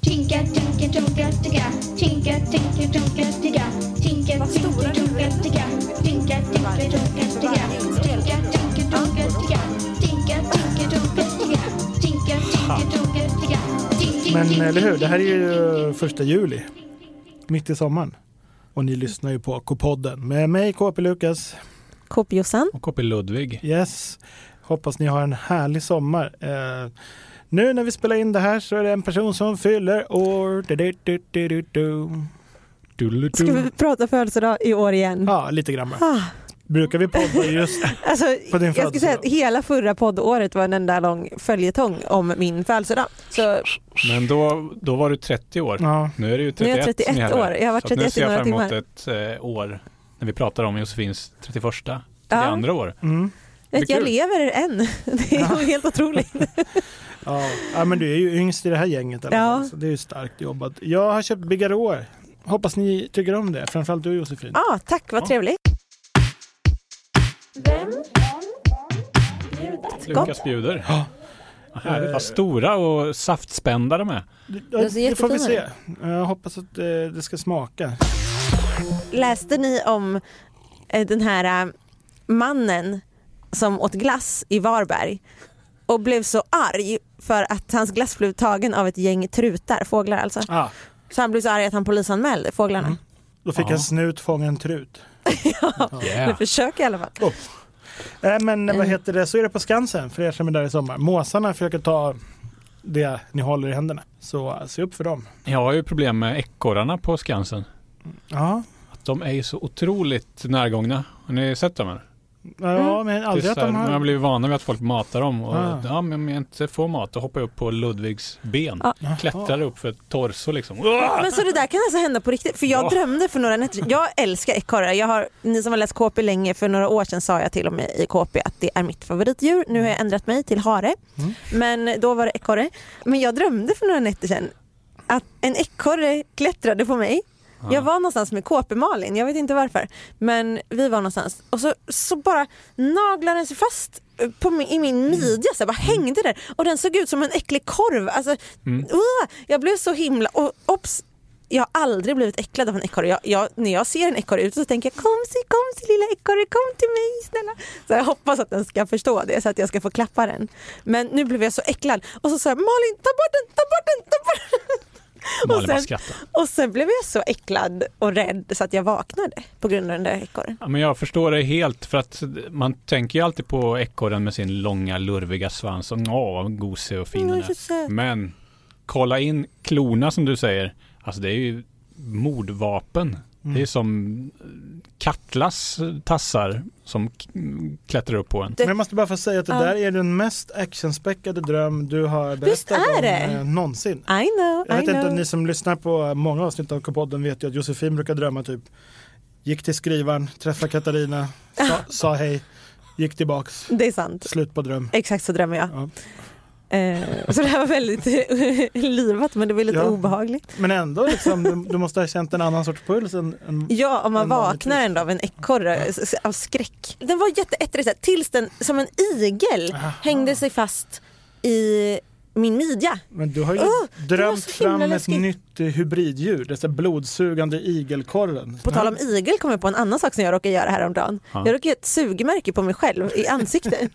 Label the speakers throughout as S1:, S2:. S1: Tinka, tinka, tunka, tigga. Tinka, tinka, tunka, tigga. Tinka,
S2: Vad
S1: tinka,
S2: stora
S1: tunka,
S2: huvuden.
S1: tigga. Tinka, tinka, tunka, tigga. Tinka, tinka, tunka, tigga. Tinka, tinka, tunka, tigga. Tinka, tinka, tunka, tigga. Tinka,
S3: Men eh,
S1: tinka,
S3: eller hur, det här är
S1: tinka,
S3: ju första juli. Mitt i sommaren. Och ni lyssnar ju på K-podden med mig KP Lukas.
S2: Kopjossan.
S4: Och KP Ludvig.
S3: Yes. Hoppas ni har en härlig sommar. Eh, nu när vi spelar in det här så är det en person som fyller år. Du, du, du, du, du, du.
S2: Ska vi
S4: Dulludu.
S2: prata födelsedag i år igen?
S3: Ja, lite grann bara.
S2: Ah,
S3: Brukar vi podda just
S2: alltså,
S3: På din
S2: jag ska säga
S3: födelsedag.
S2: att hela förra poddåret var en enda lång följetong om min födelsedag. Så
S4: Men då, då var du 30 år.
S3: ja,
S4: Nu är du ju 31.
S2: nu är jag 31
S4: som gäller.
S2: år. Jag har varit
S4: Så
S2: 31
S4: att nu
S2: i
S4: ser jag
S2: några
S4: fram emot
S2: timmar.
S4: ett eh, år när vi pratar om Josefins 31, 32
S2: Ja,
S4: år.
S3: mm,
S2: vet, jag
S4: kul.
S2: lever än. Det är helt otroligt.
S3: ja. ja, men du är ju yngst i det här gänget. i alla
S2: Ja.
S3: fall, så Det är ju starkt jobbat. Jag har köpt Bigarråer. Hoppas ni tycker om det, framförallt du Josefin.
S2: Ja, tack, vad
S4: Ja.
S2: trevligt.
S4: Lukas bjuder.
S3: Ja.
S4: Vad Härligt, vad stora och saftspändare de är.
S3: Det,
S2: De ser
S3: det får vi
S2: jättefina
S3: se. Jag hoppas att eh, det ska smaka.
S2: Läste ni om eh, den här eh, mannen som åt glass i Varberg och blev så arg för att hans glass blev tagen av ett gäng trutar, fåglar alltså.
S3: Ah,
S2: Så han blev så arg att han polisanmälde fåglarna.
S3: Mm. då fick
S4: Ja.
S3: en snut fånga en trut.
S2: Eller
S4: Yeah.
S2: försök i alla fall.
S3: Nej Eh, men vad
S2: Mm.
S3: heter det, så är det på Skansen för er som är där i sommar. Måsarna försöker ta det ni håller i händerna. Så eh, se upp för dem.
S4: Jag har ju problem med ekorrarna på Skansen.
S3: Ja,
S4: Att de är ju så otroligt närgångna. Har ni sett dem? Eller?
S2: Mm.
S3: ja men
S4: Det
S3: aldrig
S4: är
S3: att
S4: så här,
S3: de
S4: Man har
S3: har...
S4: blivit vana vid att folk matar dem. Och,
S3: Ah.
S4: Ja, men om jag inte får mat då hoppar jag upp på Ludvigs ben.
S2: Ja.
S4: Klättrar upp för ett torso liksom.
S3: Ah!
S2: Men så det där kan alltså hända på riktigt. För jag
S4: Ja.
S2: drömde för några nätter Jag älskar ekorrar. Jag har, ni som har läst KP länge, för några år sedan sa jag till och med i KP att det är mitt favoritdjur. Nu har jag ändrat mig till hare.
S3: Mm.
S2: Men då var det ekorre. Men jag drömde för några nätter sedan att en ekorre klättrade på mig.
S4: Ja.
S2: Jag var någonstans med KP-Malin, jag vet inte varför. Men vi var någonstans och så, så bara naglade den sig fast eh, på min, i
S4: Mm.
S2: min midja, så jag bara hängde där. Och den såg ut som en äcklig korv. Alltså,
S4: Mm.
S2: Uah! jag blev så himla... Och, obs, jag har aldrig blivit äcklad av en ekorre. Jag, jag, när jag ser en ekorre ute så tänker jag kom si, kom si lilla ekorre, kom till mig snälla. Så jag hoppas att den ska förstå det så att jag ska få klappa den. Men nu blev jag så äcklad och så sa jag Malin ta bort den, ta bort den, ta bort den.
S4: Malin bara
S2: sen-
S4: skrattar.
S2: Och sen blev jag så äcklad och rädd så att jag vaknade på grund av den där ekorren.
S4: Ja, men jag förstår det helt för att man tänker ju alltid på ekorren med sin långa lurviga svans och åh vad gosig och fin
S2: Mm,
S4: den
S2: så
S4: är.
S2: söt.
S4: Men kolla in klorna som du säger. Alltså det är ju mordvapen. Det är som kattlas tassar som k- klättrar upp på en.
S3: Men jag måste bara få säga att det
S2: Ja.
S3: där är den mest actionspäckade dröm du har
S2: Visst
S3: berättat
S2: är
S3: om
S2: det?
S3: eh, någonsin.
S2: I know,
S3: Jag
S2: I
S3: vet
S2: know.
S3: inte om ni som lyssnar på många avsnitt av K-podden vet ju att Josefin brukar drömma typ gick till skrivaren, träffade Katarina, sa, sa hej, gick tillbaks,
S2: Det är sant.
S3: slut på dröm.
S2: Exakt så drömmer jag.
S3: Ja.
S2: Eh, så det här var väldigt livat men det var lite
S3: Ja.
S2: obehagligt.
S3: Men ändå, liksom, du, du måste ha känt en annan sorts puls än, än
S2: Ja, om man
S3: En vanlig
S2: vaknar ändå av en ekorre s- av skräck. Den var jätteättrig så här, tills den som en igel hängde sig fast i min midja.
S3: Men du har ju
S2: Åh, var
S3: drömt
S2: så himla
S3: fram ett
S2: läskigt.
S3: nytt eh, hybriddjur, dessa blodsugande igelkorren.
S2: På tal om igel kom jag på en annan sak som jag råkade göra häromdagen.
S4: Ja.
S2: Jag råkade göra ett sugmärke på mig själv i ansiktet.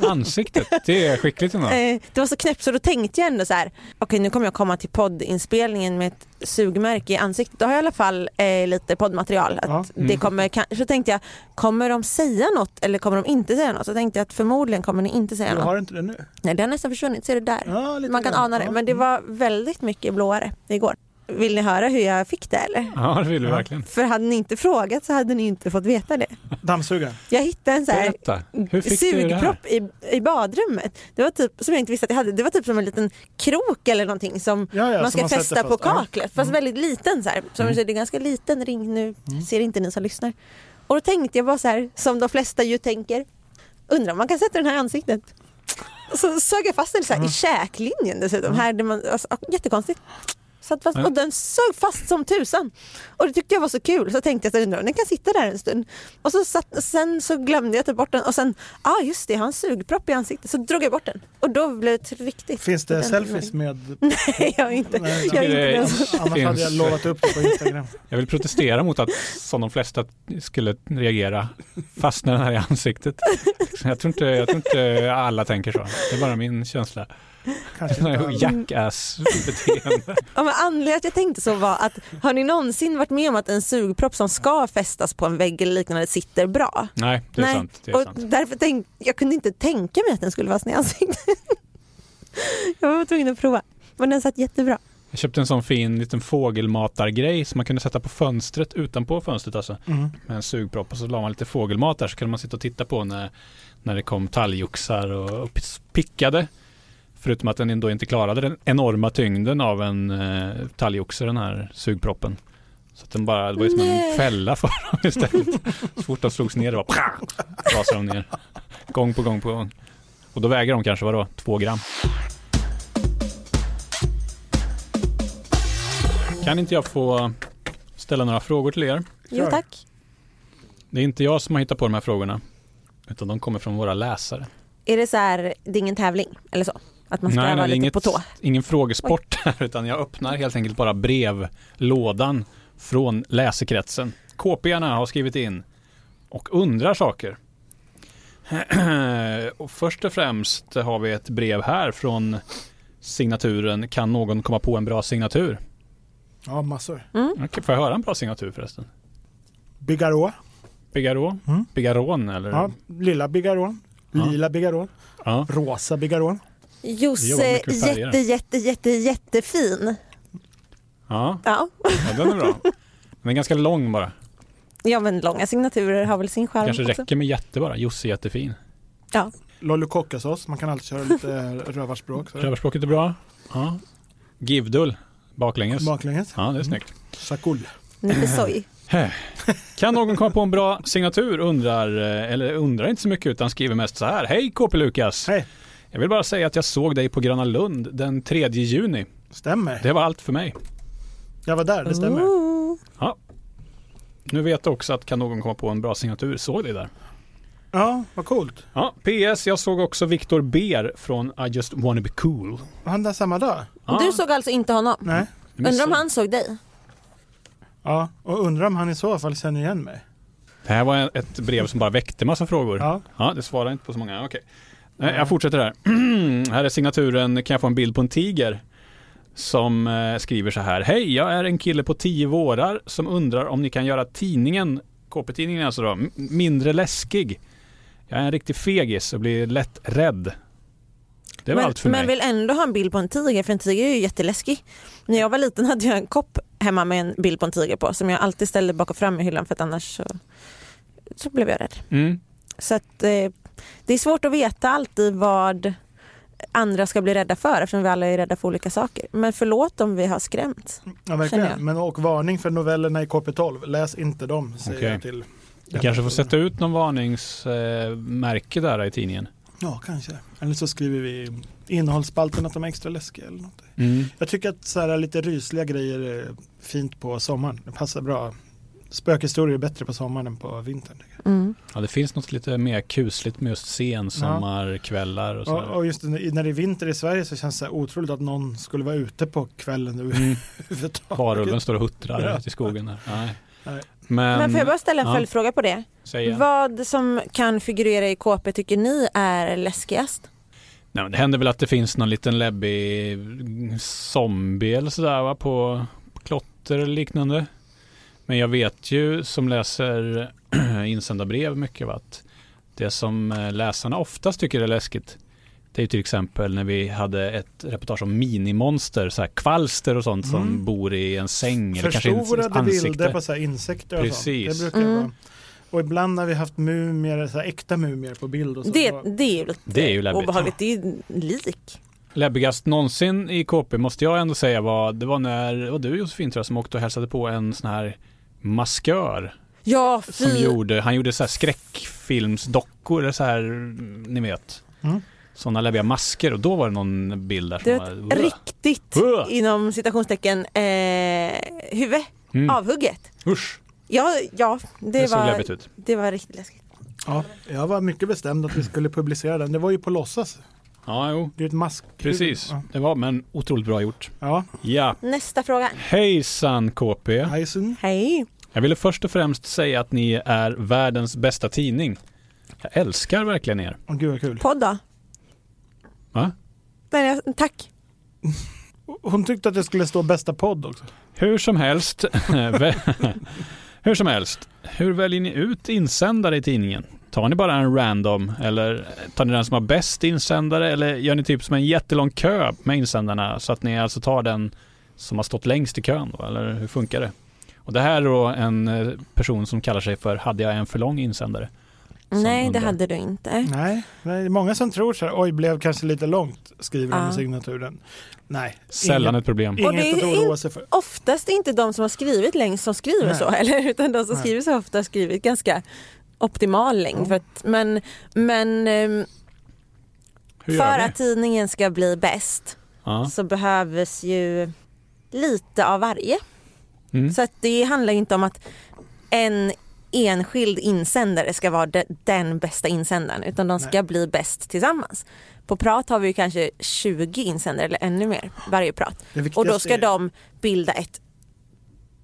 S4: Ansiktet, det är skickligt ändå.
S2: Eh, det var så knäppt så då tänkte jag ändå så här, okej nu kommer jag komma till poddinspelningen med ett sugmärke i ansiktet. Då har jag i alla fall eh, lite poddmaterial. Att
S3: Ja. Mm.
S2: det kommer, kan, så tänkte jag, kommer de säga något eller kommer de inte säga något? Så tänkte jag att förmodligen kommer ni inte säga
S3: Du
S2: något.
S3: har inte det nu?
S2: Nej det har nästan försvunnit, ser du där?
S3: Ja, lite
S2: Man kan
S3: grann.
S2: ana det,
S3: Ja.
S2: men det var väldigt mycket blåare igår. Vill ni höra hur jag fick det eller?
S4: Ja, det vill vi
S3: Ja.
S4: verkligen.
S2: För hade ni inte frågat så hade ni inte fått veta det.
S3: Dammsugaren.
S2: Jag hittade en så här
S4: Berätta, hur fick du det här?
S2: sugpropp i, i badrummet. Det var typ som jag inte visste att jag hade. Det var typ som en liten krok eller någonting som
S3: Ja, ja,
S2: man
S3: som
S2: ska
S3: man sätter
S2: fästa
S3: fast.
S2: på
S3: Ja. Mm.
S2: kaklet. Fast väldigt liten så här. Som mm. det är ganska liten ring nu. Ser inte ni som lyssnar. Och då tänkte jag bara så här som de flesta ju tänker. Undrar om man kan sätta den här i ansiktet. Så sög jag fast den så här, i käklinjen dessutom. Här där man, alltså, jättekonstigt. Satt fast,
S4: Ja.
S2: och den sög fast som tusan. Och det tyckte jag var så kul så tänkte jag att "Undrar om den kan sitta där en stund. Och så satt, sen så glömde jag ta bort den och sen, ah just det, jag har en sugpropp i ansiktet. Så drog jag bort den och då blev det ett riktigt.
S3: Finns det
S2: ordentligt
S3: selfies
S2: nöje.
S3: med...
S2: Nej, jag är inte,
S3: Nej,
S2: jag är inte
S4: det-
S2: den som-
S3: Annars hade jag
S4: Finns.
S3: lovat upp det på Instagram.
S4: Jag vill protestera mot att, som de flesta skulle reagera, fastna den här i ansiktet. Jag tror, inte, jag tror inte alla tänker så. Det är bara min känsla.
S3: Kanske
S4: Sån här
S3: inte.
S4: Jackass-beteende.
S2: Ja, men anledningen till att jag tänkte så var att har ni någonsin varit med om att en sugpropp som ska fästas på en vägg eller liknande sitter bra?
S4: Nej, det är
S2: Nej,
S4: sant. Det är
S2: och
S4: sant.
S2: därför tänk, jag kunde inte tänka mig att den skulle fastna i ansiktet. jag var tvungen att prova. Men den satt jättebra.
S4: Jag köpte en sån fin liten fågelmatargrej som man kunde sätta på fönstret, utanpå fönstret alltså,
S3: Mm.
S4: med en sugpropp och så la man lite fågelmat där så kunde man sitta och titta på när, när det kom talgoxar och, och pis- pickade. Förutom att den ändå inte klarade den enorma tyngden av en eh, talgoxe, den här sugproppen. Så att den bara, det var ju som
S2: Nej.
S4: en fälla för dem istället. Så fort de slogs ner, det var pang, rasade de ner. Gång på gång på gång. Och då väger de kanske, vadå, två gram. Kan inte jag få ställa några frågor till er?
S2: Jo
S3: Kör.
S2: tack.
S4: Det är inte jag som har hittat på de här frågorna. Utan de kommer från våra läsare.
S2: Är det så här, det är ingen tävling eller så? Att man ska vara
S4: det är
S2: lite på tå?
S4: ingen frågesport här. Utan jag öppnar helt enkelt bara brevlådan från läsekretsen. KParna har skrivit in och undrar saker. och först och främst har vi ett brev här från signaturen Kan någon komma på en bra signatur?
S3: Ja, massor.
S4: Okej, får jag höra en bra signatur förresten? Mm.
S3: Bigarå.
S4: Bigarå?
S3: Mm.
S4: Bigarån eller?
S3: Ja, lilla Bigarå.
S4: Ja.
S3: Lila Bigarå.
S4: Ja.
S3: Rosa Bigarå.
S2: Josse,
S4: mycket med färger.
S2: jätte, jätte, jätte, jättefin.
S4: Ja.
S2: Ja.
S4: ja, den är bra. Den är ganska lång bara.
S2: ja, men långa signaturer har väl sin charm
S4: kanske
S2: också.
S4: räcker med jätte bara. Josse är jättefin.
S2: Ja.
S3: Lollokockasås. Man kan alltid köra lite rövarspråk. så.
S4: Rövarspråket är bra. Ja. Givdull. Baklänges.
S3: Baklänges.
S4: Ja, det är snyggt.
S3: Sakul.
S2: Nipesoj.
S4: Kan någon komma på en bra signatur? Undrar, eh, eller undrar inte så mycket utan skriver mest så här. Hej KP Lukas!
S3: Hej.
S4: Jag vill bara säga att jag såg dig på Gröna Lund den 3 juni.
S3: Stämmer.
S4: Det var allt för mig.
S3: Jag var där, det stämmer.
S2: Ooh.
S4: Nu vet du också att kan någon komma på en bra signatur? Såg dig där.
S3: Ja, vad coolt.
S4: Ja, PS. Jag såg också Viktor Ber från I just wanna be cool.
S3: Var han där samma dag?
S4: Ja,
S2: Du såg alltså inte honom?
S3: Nej.
S4: Mm.
S2: Undrar om han såg dig?
S3: Ja, och undrar om han i så fall känner igen mig.
S4: Mm. Det här var ett brev som bara väckte massa frågor.
S3: Ja.
S4: Ja, det svarar inte på så många. Okej. Nej, Jag fortsätter här. här är signaturen Kan jag få en bild på en tiger? Som eh, skriver så här. Hej, jag är en kille på 10 vårar som undrar om ni kan göra tidningen, KP-tidningen alltså då, m- mindre läskig. Jag är en riktig fegis och blir lätt rädd. Det var
S2: men,
S4: allt för
S2: men
S4: mig.
S2: vill ändå ha en bild på en tiger för en tiger är ju jätteläskig. När jag var liten hade jag en kopp hemma med en bild på en tiger på som jag alltid ställde bak och fram i hyllan för att annars så, så blev jag rädd.
S4: Mm.
S2: Så att, eh, det är svårt att veta alltid vad andra ska bli rädda för eftersom vi alla är rädda för olika saker. Men förlåt om vi har skrämt.
S3: Ja,
S2: Känner jag.
S3: verkligen. Men och varning för novellerna i KP12. Läs inte dem, säger
S4: Okej.
S3: jag till.
S4: Vi kanske får sätta ut någon varningsmärke där i tidningen.
S3: Ja, kanske. Eller så skriver vi i innehållsspalten att de är extra läskiga eller något.
S4: Mm.
S3: Jag tycker att så här lite rysliga grejer är fint på sommaren. Det passar bra. Spökhistorier är bättre på sommaren än på vintern. tycker jag.
S2: Mm.
S4: Ja, det finns något lite mer kusligt med just sensommarkvällar och
S3: Och,
S4: sådär.
S3: och just när när det är vinter i Sverige så känns det så här otroligt att någon skulle vara ute på kvällen
S4: Mm.
S3: överhuvudtaget.
S4: Varulven står och huttrar
S3: Ja.
S4: ute i skogen. Där. Nej.
S3: Nej.
S4: Men,
S2: Men får jag bara ställa en
S4: Ehm, ja.
S2: följdfråga på det?
S4: säg igen.
S2: Vad som kan figurera i KP tycker ni är läskigast?
S4: Nej, men det händer väl att det finns någon liten läbbig zombie eller sådär va, på på klotter eller liknande. Men jag vet ju som läser insända brev mycket va, att det som eh, läsarna oftast tycker är läskigt det är ju till exempel när vi hade ett reportage om minimonster, så här kvalster och sånt som
S3: Mm.
S4: bor i en säng eller kanske i ens
S3: Förstorade bilder
S4: ansikte.
S3: på så här insekter och
S4: Precis.
S3: sånt. Det brukar
S2: Mm.
S3: vara. Och ibland har vi haft mumier, så här äkta mumier på bild. Och så.
S2: Det,
S3: Och-
S2: det är ju lite
S4: Alltså, Det är ju läbbigt.
S2: obehagligt. Det är ju lik.
S4: Läbbigast någonsin i KP måste jag ändå säga var, det var när, det var du Josefin tror jag som åkte och hälsade på en sån här maskör
S2: Ja,
S4: som
S2: fy.
S4: gjorde, han gjorde så här skräckfilmsdockor eller så här, ni vet.
S3: Mm.
S4: sådana läbbiga masker och då var det någon bild där
S2: Det
S4: som
S2: var ett
S4: var...
S2: riktigt,
S4: Uah.
S2: inom citationstecken, eh, huvud
S4: Mm.
S2: avhugget.
S4: Usch,
S2: Ja, ja det,
S4: det, såg
S2: var,
S4: läbbigt ut.
S2: det var riktigt läskigt.
S3: Ja, jag var mycket bestämd att vi skulle publicera den. Det var ju på låtsas.
S4: Ja, jo.
S3: Det är ju ett mask.
S4: Precis,
S3: Ja.
S4: det var men otroligt bra gjort.
S3: Ja,
S4: Ja,
S2: Nästa fråga.
S4: hejsan KP.
S3: Heisen.
S2: Hej.
S4: Jag ville först och främst säga att ni är världens bästa tidning. Jag älskar verkligen er.
S3: Åh gud vad kul.
S2: Podd då?
S4: Va?
S2: Nej, jag- tack.
S3: Hon tyckte att det skulle stå bästa podd också.
S4: Hur som helst, vä- hur som helst, hur väljer ni ut insändare i tidningen? Tar ni bara en random eller tar ni den som har bäst insändare eller gör ni typ som en jättelång kö med insändarna så att ni alltså tar den som har stått längst i kön då, eller hur funkar det? Och det här är då en eh, person som kallar sig för hade jag en för lång insändare? Som
S2: Nej, det
S4: undrar.
S2: hade du inte.
S3: Nej, nej, det är många som tror så här, oj blev kanske lite långt, skriver de
S2: Ja.
S3: i signaturen. Nej,
S4: Sällan ett problem.
S3: inget,
S2: Och det är
S3: inget att oroa
S2: in-
S3: sig för.
S2: Oftast är inte de som har skrivit längst som skriver
S3: Nej.
S2: så, eller? utan de som
S3: Nej.
S2: skriver så har ofta skrivit ganska optimal längd.
S3: Ja.
S2: För att, men men ehm,
S4: Hur
S2: för
S4: gör ni?
S2: att tidningen ska bli bäst
S4: Ja.
S2: så behövs ju lite av varje.
S4: Mm.
S2: Så att det handlar ju inte om att en enskild insändare ska vara de, den bästa insändaren utan de ska
S3: Nej.
S2: bli bäst tillsammans. På prat har vi ju kanske 20 insändare eller ännu mer varje prat
S3: Det
S2: och då
S3: viktigaste
S2: ska
S3: är-
S2: de bilda ett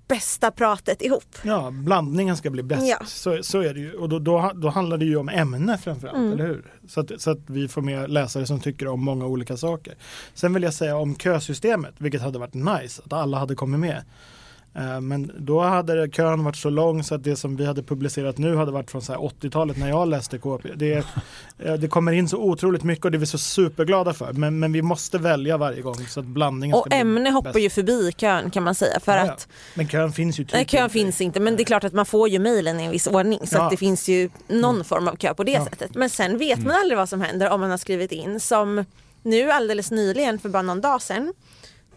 S2: bästa pratet ihop.
S3: Ja, blandningen ska bli bäst.
S2: Ja.
S3: Så, så är det ju. Och då, då, då handlar det ju om ämne framförallt,
S2: Mm.
S3: eller hur? Så att, så att vi får med läsare som tycker om många olika saker. Sen vill jag säga om kösystemet, vilket hade varit nice, att alla hade kommit med. Eh, Men då hade det- kön varit så lång så att det som vi hade publicerat nu hade varit från så här 80-talet när jag läste KP. Det, är- eh, det kommer in så otroligt mycket och det är vi så superglada för. Men, men vi måste välja varje gång så att blandningen ska
S2: Och
S3: bli
S2: ämne hoppar
S3: bäst.
S2: ju förbi kön kan man säga för
S3: Ja, ja.
S2: att
S3: Men kön finns ju typ
S2: Nej, kön
S3: inte.
S2: finns inte, men det är klart att man får ju mejlen i en viss ordning så
S3: Ja. Mm.
S2: att det finns ju någon form av kö på det
S3: Ja. Mm.
S2: sättet. Men sen vet man aldrig vad som händer om man har skrivit in. Som nu alldeles nyligen, för bara någon dag sedan,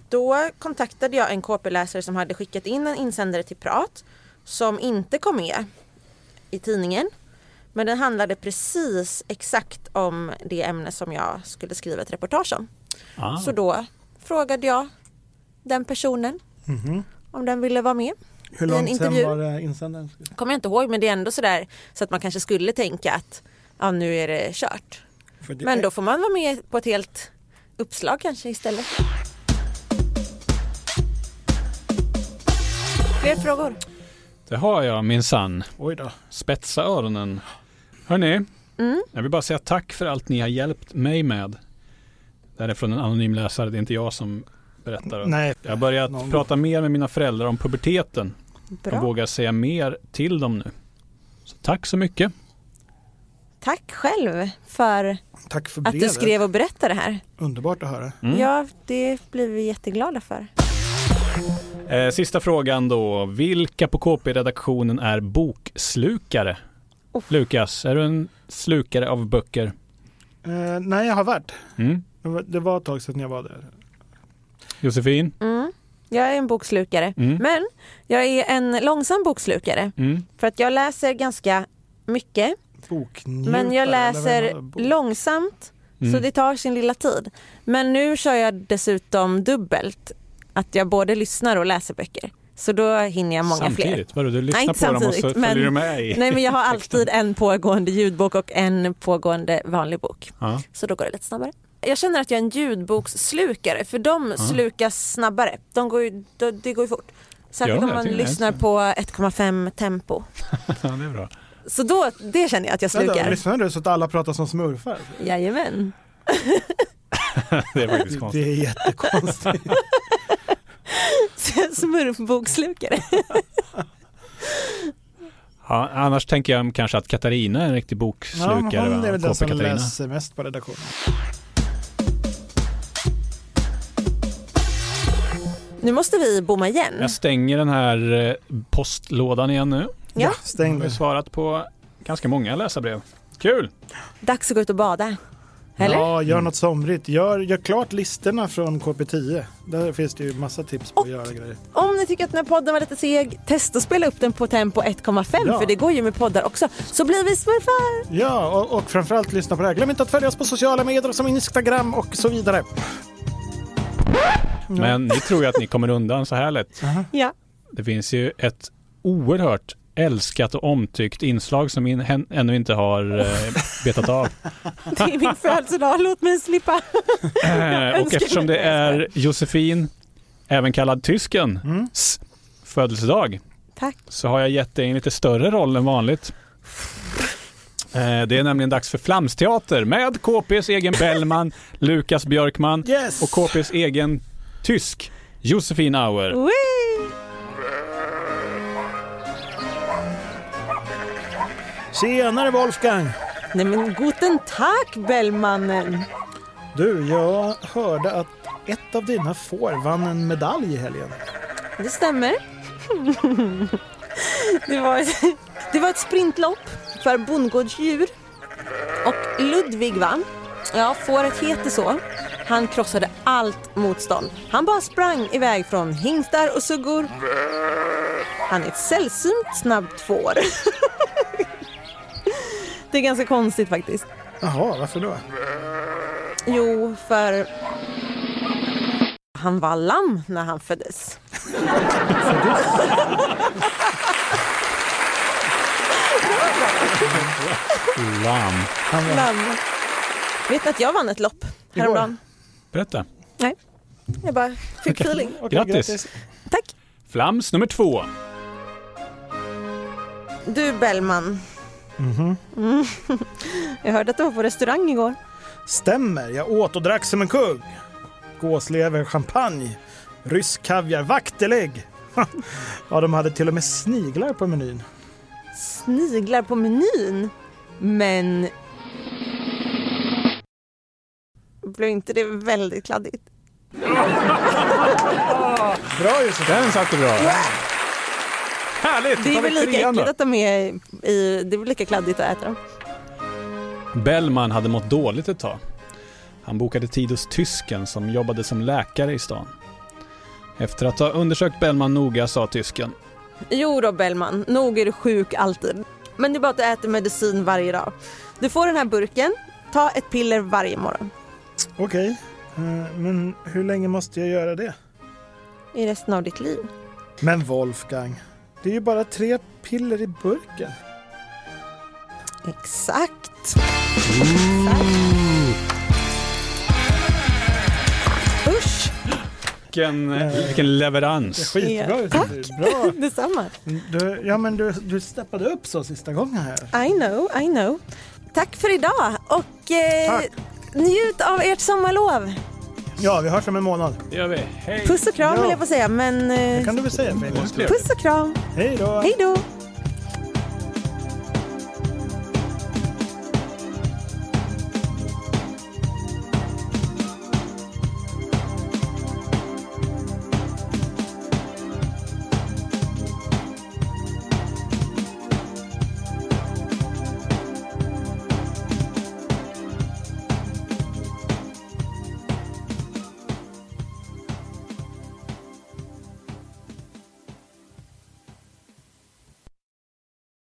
S2: då kontaktade jag en KP-läsare som hade skickat in en insändare till Prat som inte kom med i tidningen. Men den handlade precis exakt om det ämne som jag skulle skriva ett reportage om.
S4: Ah.
S2: Så då frågade jag den personen
S3: Mhm.
S2: om den ville vara med.
S3: Hur
S2: i en
S3: långt sen
S2: intervju.
S3: var det insändaren? skulle jag säga?
S2: kommer jag inte ihåg men det är ändå sådär så att man kanske skulle tänka att ja, nu är det kört.
S3: För det-
S2: Men då får man vara med på ett helt uppslag kanske istället. Fler frågor?
S4: Det har jag minsann.
S3: Oj då.
S4: Spetsa öronen. Hörni,
S2: Mm.
S4: jag vill bara säga tack för allt ni har hjälpt mig med. Det här är från en anonym läsare, det är inte jag som berättar.
S3: Nej,
S4: Jag har börjat
S3: Någon
S4: prata mer med mina föräldrar om puberteten. Jag
S2: Bra.
S4: vågar säga mer till dem nu. Så tack så mycket.
S2: Tack själv för
S3: tack för
S2: att
S3: brevet.
S2: du skrev och berättade det här.
S3: Underbart att höra.
S4: Mm.
S2: Ja, det blir vi jätteglada för.
S4: Eh, sista frågan då. Vilka på KP-redaktionen är bokslukare?
S2: Oh.
S4: Lukas, är du en slukare av böcker?
S3: Eh, nej, jag har varit.
S4: Mm.
S3: Det var- Det var ett tag sedan jag var där.
S4: Josefin?
S2: Mm. Jag är en bokslukare.
S4: Mm.
S2: Men jag är en långsam bokslukare
S4: Mm.
S2: för att jag läser ganska mycket
S3: Boknjutare.
S2: Men jag
S3: eller
S2: läser
S3: vad- bok-
S2: långsamt så
S4: Mm.
S2: det tar sin lilla tid. Men nu kör jag dessutom dubbelt. Att jag både lyssnar och läser böcker. Så då hinner jag många fler.
S4: samtidigt? Vadå, du lyssnar
S2: inte
S4: på dem och så
S2: samtidigt,
S4: följer
S2: men-
S4: du med i?
S2: Nej men jag har alltid en pågående ljudbok och en pågående vanlig bok.
S4: Ja.
S2: Så då går det lite snabbare. Jag känner att jag är en ljudboksslukare för de slukas snabbare. De går ju, de, det går ju fort. Särskilt
S4: Gör de
S2: om man
S4: det? Jag tycker det är
S2: lyssnar
S4: så.
S2: på 1,5 tempo.
S4: ja, det är bra.
S2: Så då, det känner jag att jag
S3: Vänta,
S2: slukar.
S3: lyssnar du så att alla pratar som smurfar?
S2: Jajamän.
S4: Det är faktiskt
S3: Det,
S4: konstigt.
S3: det är jättekonstigt.
S2: Smurfbokslukare.
S4: Ja, annars tänker jag kanske att Katarina är en riktig
S3: ja, men
S4: bokslukare.
S3: hon är
S4: va?
S3: väl den som
S4: KP-Katarina.
S3: läser mest på redaktionen.
S2: Nu måste vi bomma igen.
S4: Jag stänger den här eh, postlådan igen nu.
S2: Ja.
S4: Jag
S3: Stäng
S4: har
S3: det.
S4: svarat på ganska många läsarbrev. Kul!
S2: Dags att gå ut och bada. Eller?
S3: Ja, gör något somrigt. Gör, gör klart listorna från KP10. Där finns det ju massa tips på
S2: Och-
S3: att göra grejer.
S2: Om ni tycker att den här podden var lite seg, testa att spela upp den på tempo 1,5
S3: Ja.
S2: för det går ju med poddar också. Så blir vi smurfar!
S3: Ja, och, och framförallt lyssna på det här. Glöm inte att följa oss på sociala medier som Instagram och så vidare. Mm.
S4: Men ni tror ju att ni kommer undan så här lätt.
S2: Ja.
S4: Det finns ju ett oerhört älskat och omtyckt inslag som in, hen, ännu inte har eh, betat av.
S2: Det är min födelsedag, låt mig slippa.
S4: Eh, och
S2: önskar
S4: eftersom det
S2: det.
S4: är Josefin, även kallad tysken,
S3: Mm.
S4: s- födelsedag
S2: Tack.
S4: så har jag gett dig en lite större roll än vanligt. Eh, Det är nämligen dags för Flamsteater med KPs egen Bellman, Lukas Björkman
S3: Yes!
S4: och KPs egen tysk, Josefin Auer.
S2: Wee!
S3: Tjenare Wolfgang!
S2: Nej men guten tag Bellmannen!
S3: Du, jag hörde att ett av dina får vann en medalj i helgen.
S2: Det stämmer. Det var ett, det var ett sprintlopp för bondgårdsdjur och Ludvig vann. Ja, fåret heter så. Han krossade allt motstånd. Han bara sprang iväg från hingstar och suggor. Han är ett sällsynt snabbt får. Det är ganska konstigt faktiskt.
S3: Jaha, varför då?
S2: Jo, för han var lamm när han föddes.
S4: Lamm.
S3: Han var...
S2: Lamm. Vet ni att jag vann ett lopp
S3: Igår?
S2: häromdagen?
S4: Berätta.
S2: Nej. Jag bara fick feeling.
S3: Okej,
S4: Grattis.
S2: Tack.
S4: Flams nummer två.
S2: Du Bellman.
S3: Mhm.
S2: Mm. Jag hörde att du var på restaurang igår.
S3: Stämmer, jag åt och drack som en kung. Gåslever, champagne, rysk kaviar, vaktelägg. ja, de hade till och med sniglar på menyn.
S2: Sniglar på menyn. Men... Blev inte det väldigt kladdigt?
S3: Bra Josefin!
S4: Den satte bra. Härligt! då
S2: Det
S4: tar
S2: är
S4: vi
S2: väl lika
S4: trean då.
S2: äckligt att de är i... Det är väl lika kladdigt att äta dem.
S4: Bellman hade mått dåligt ett tag. Han bokade tid hos tysken som jobbade som läkare i stan. Efter att ha undersökt Bellman noga sa tysken
S2: Jo då Bellman, nog är du sjuk alltid. Men det är bara att du äter medicin varje dag. Du får den här burken, ta ett piller varje morgon.
S3: Okej, eh, men hur länge måste jag göra det?
S2: I resten av ditt liv.
S3: Men Wolfgang, det är ju bara tre piller i burken.
S2: Exakt. Usch,
S4: vilken, eh, vilken leverans.
S3: Skitbra
S2: Ja,
S3: Josefin! Bra!
S2: detsamma.
S3: Du, ja, men du, du steppade upp så sista gången här.
S2: I know, I know. Tack för idag och eh,
S3: Tack.
S2: njut av ert sommarlov.
S3: Ja, vi hörs om en månad.
S4: Det gör vi. Hej!
S2: Puss och kram
S3: Ja.
S2: vill jag på säga, men
S3: Det
S2: eh,
S3: kan du väl säga för en gång skull.
S2: puss och kram.
S3: Hej då!
S2: Hej då.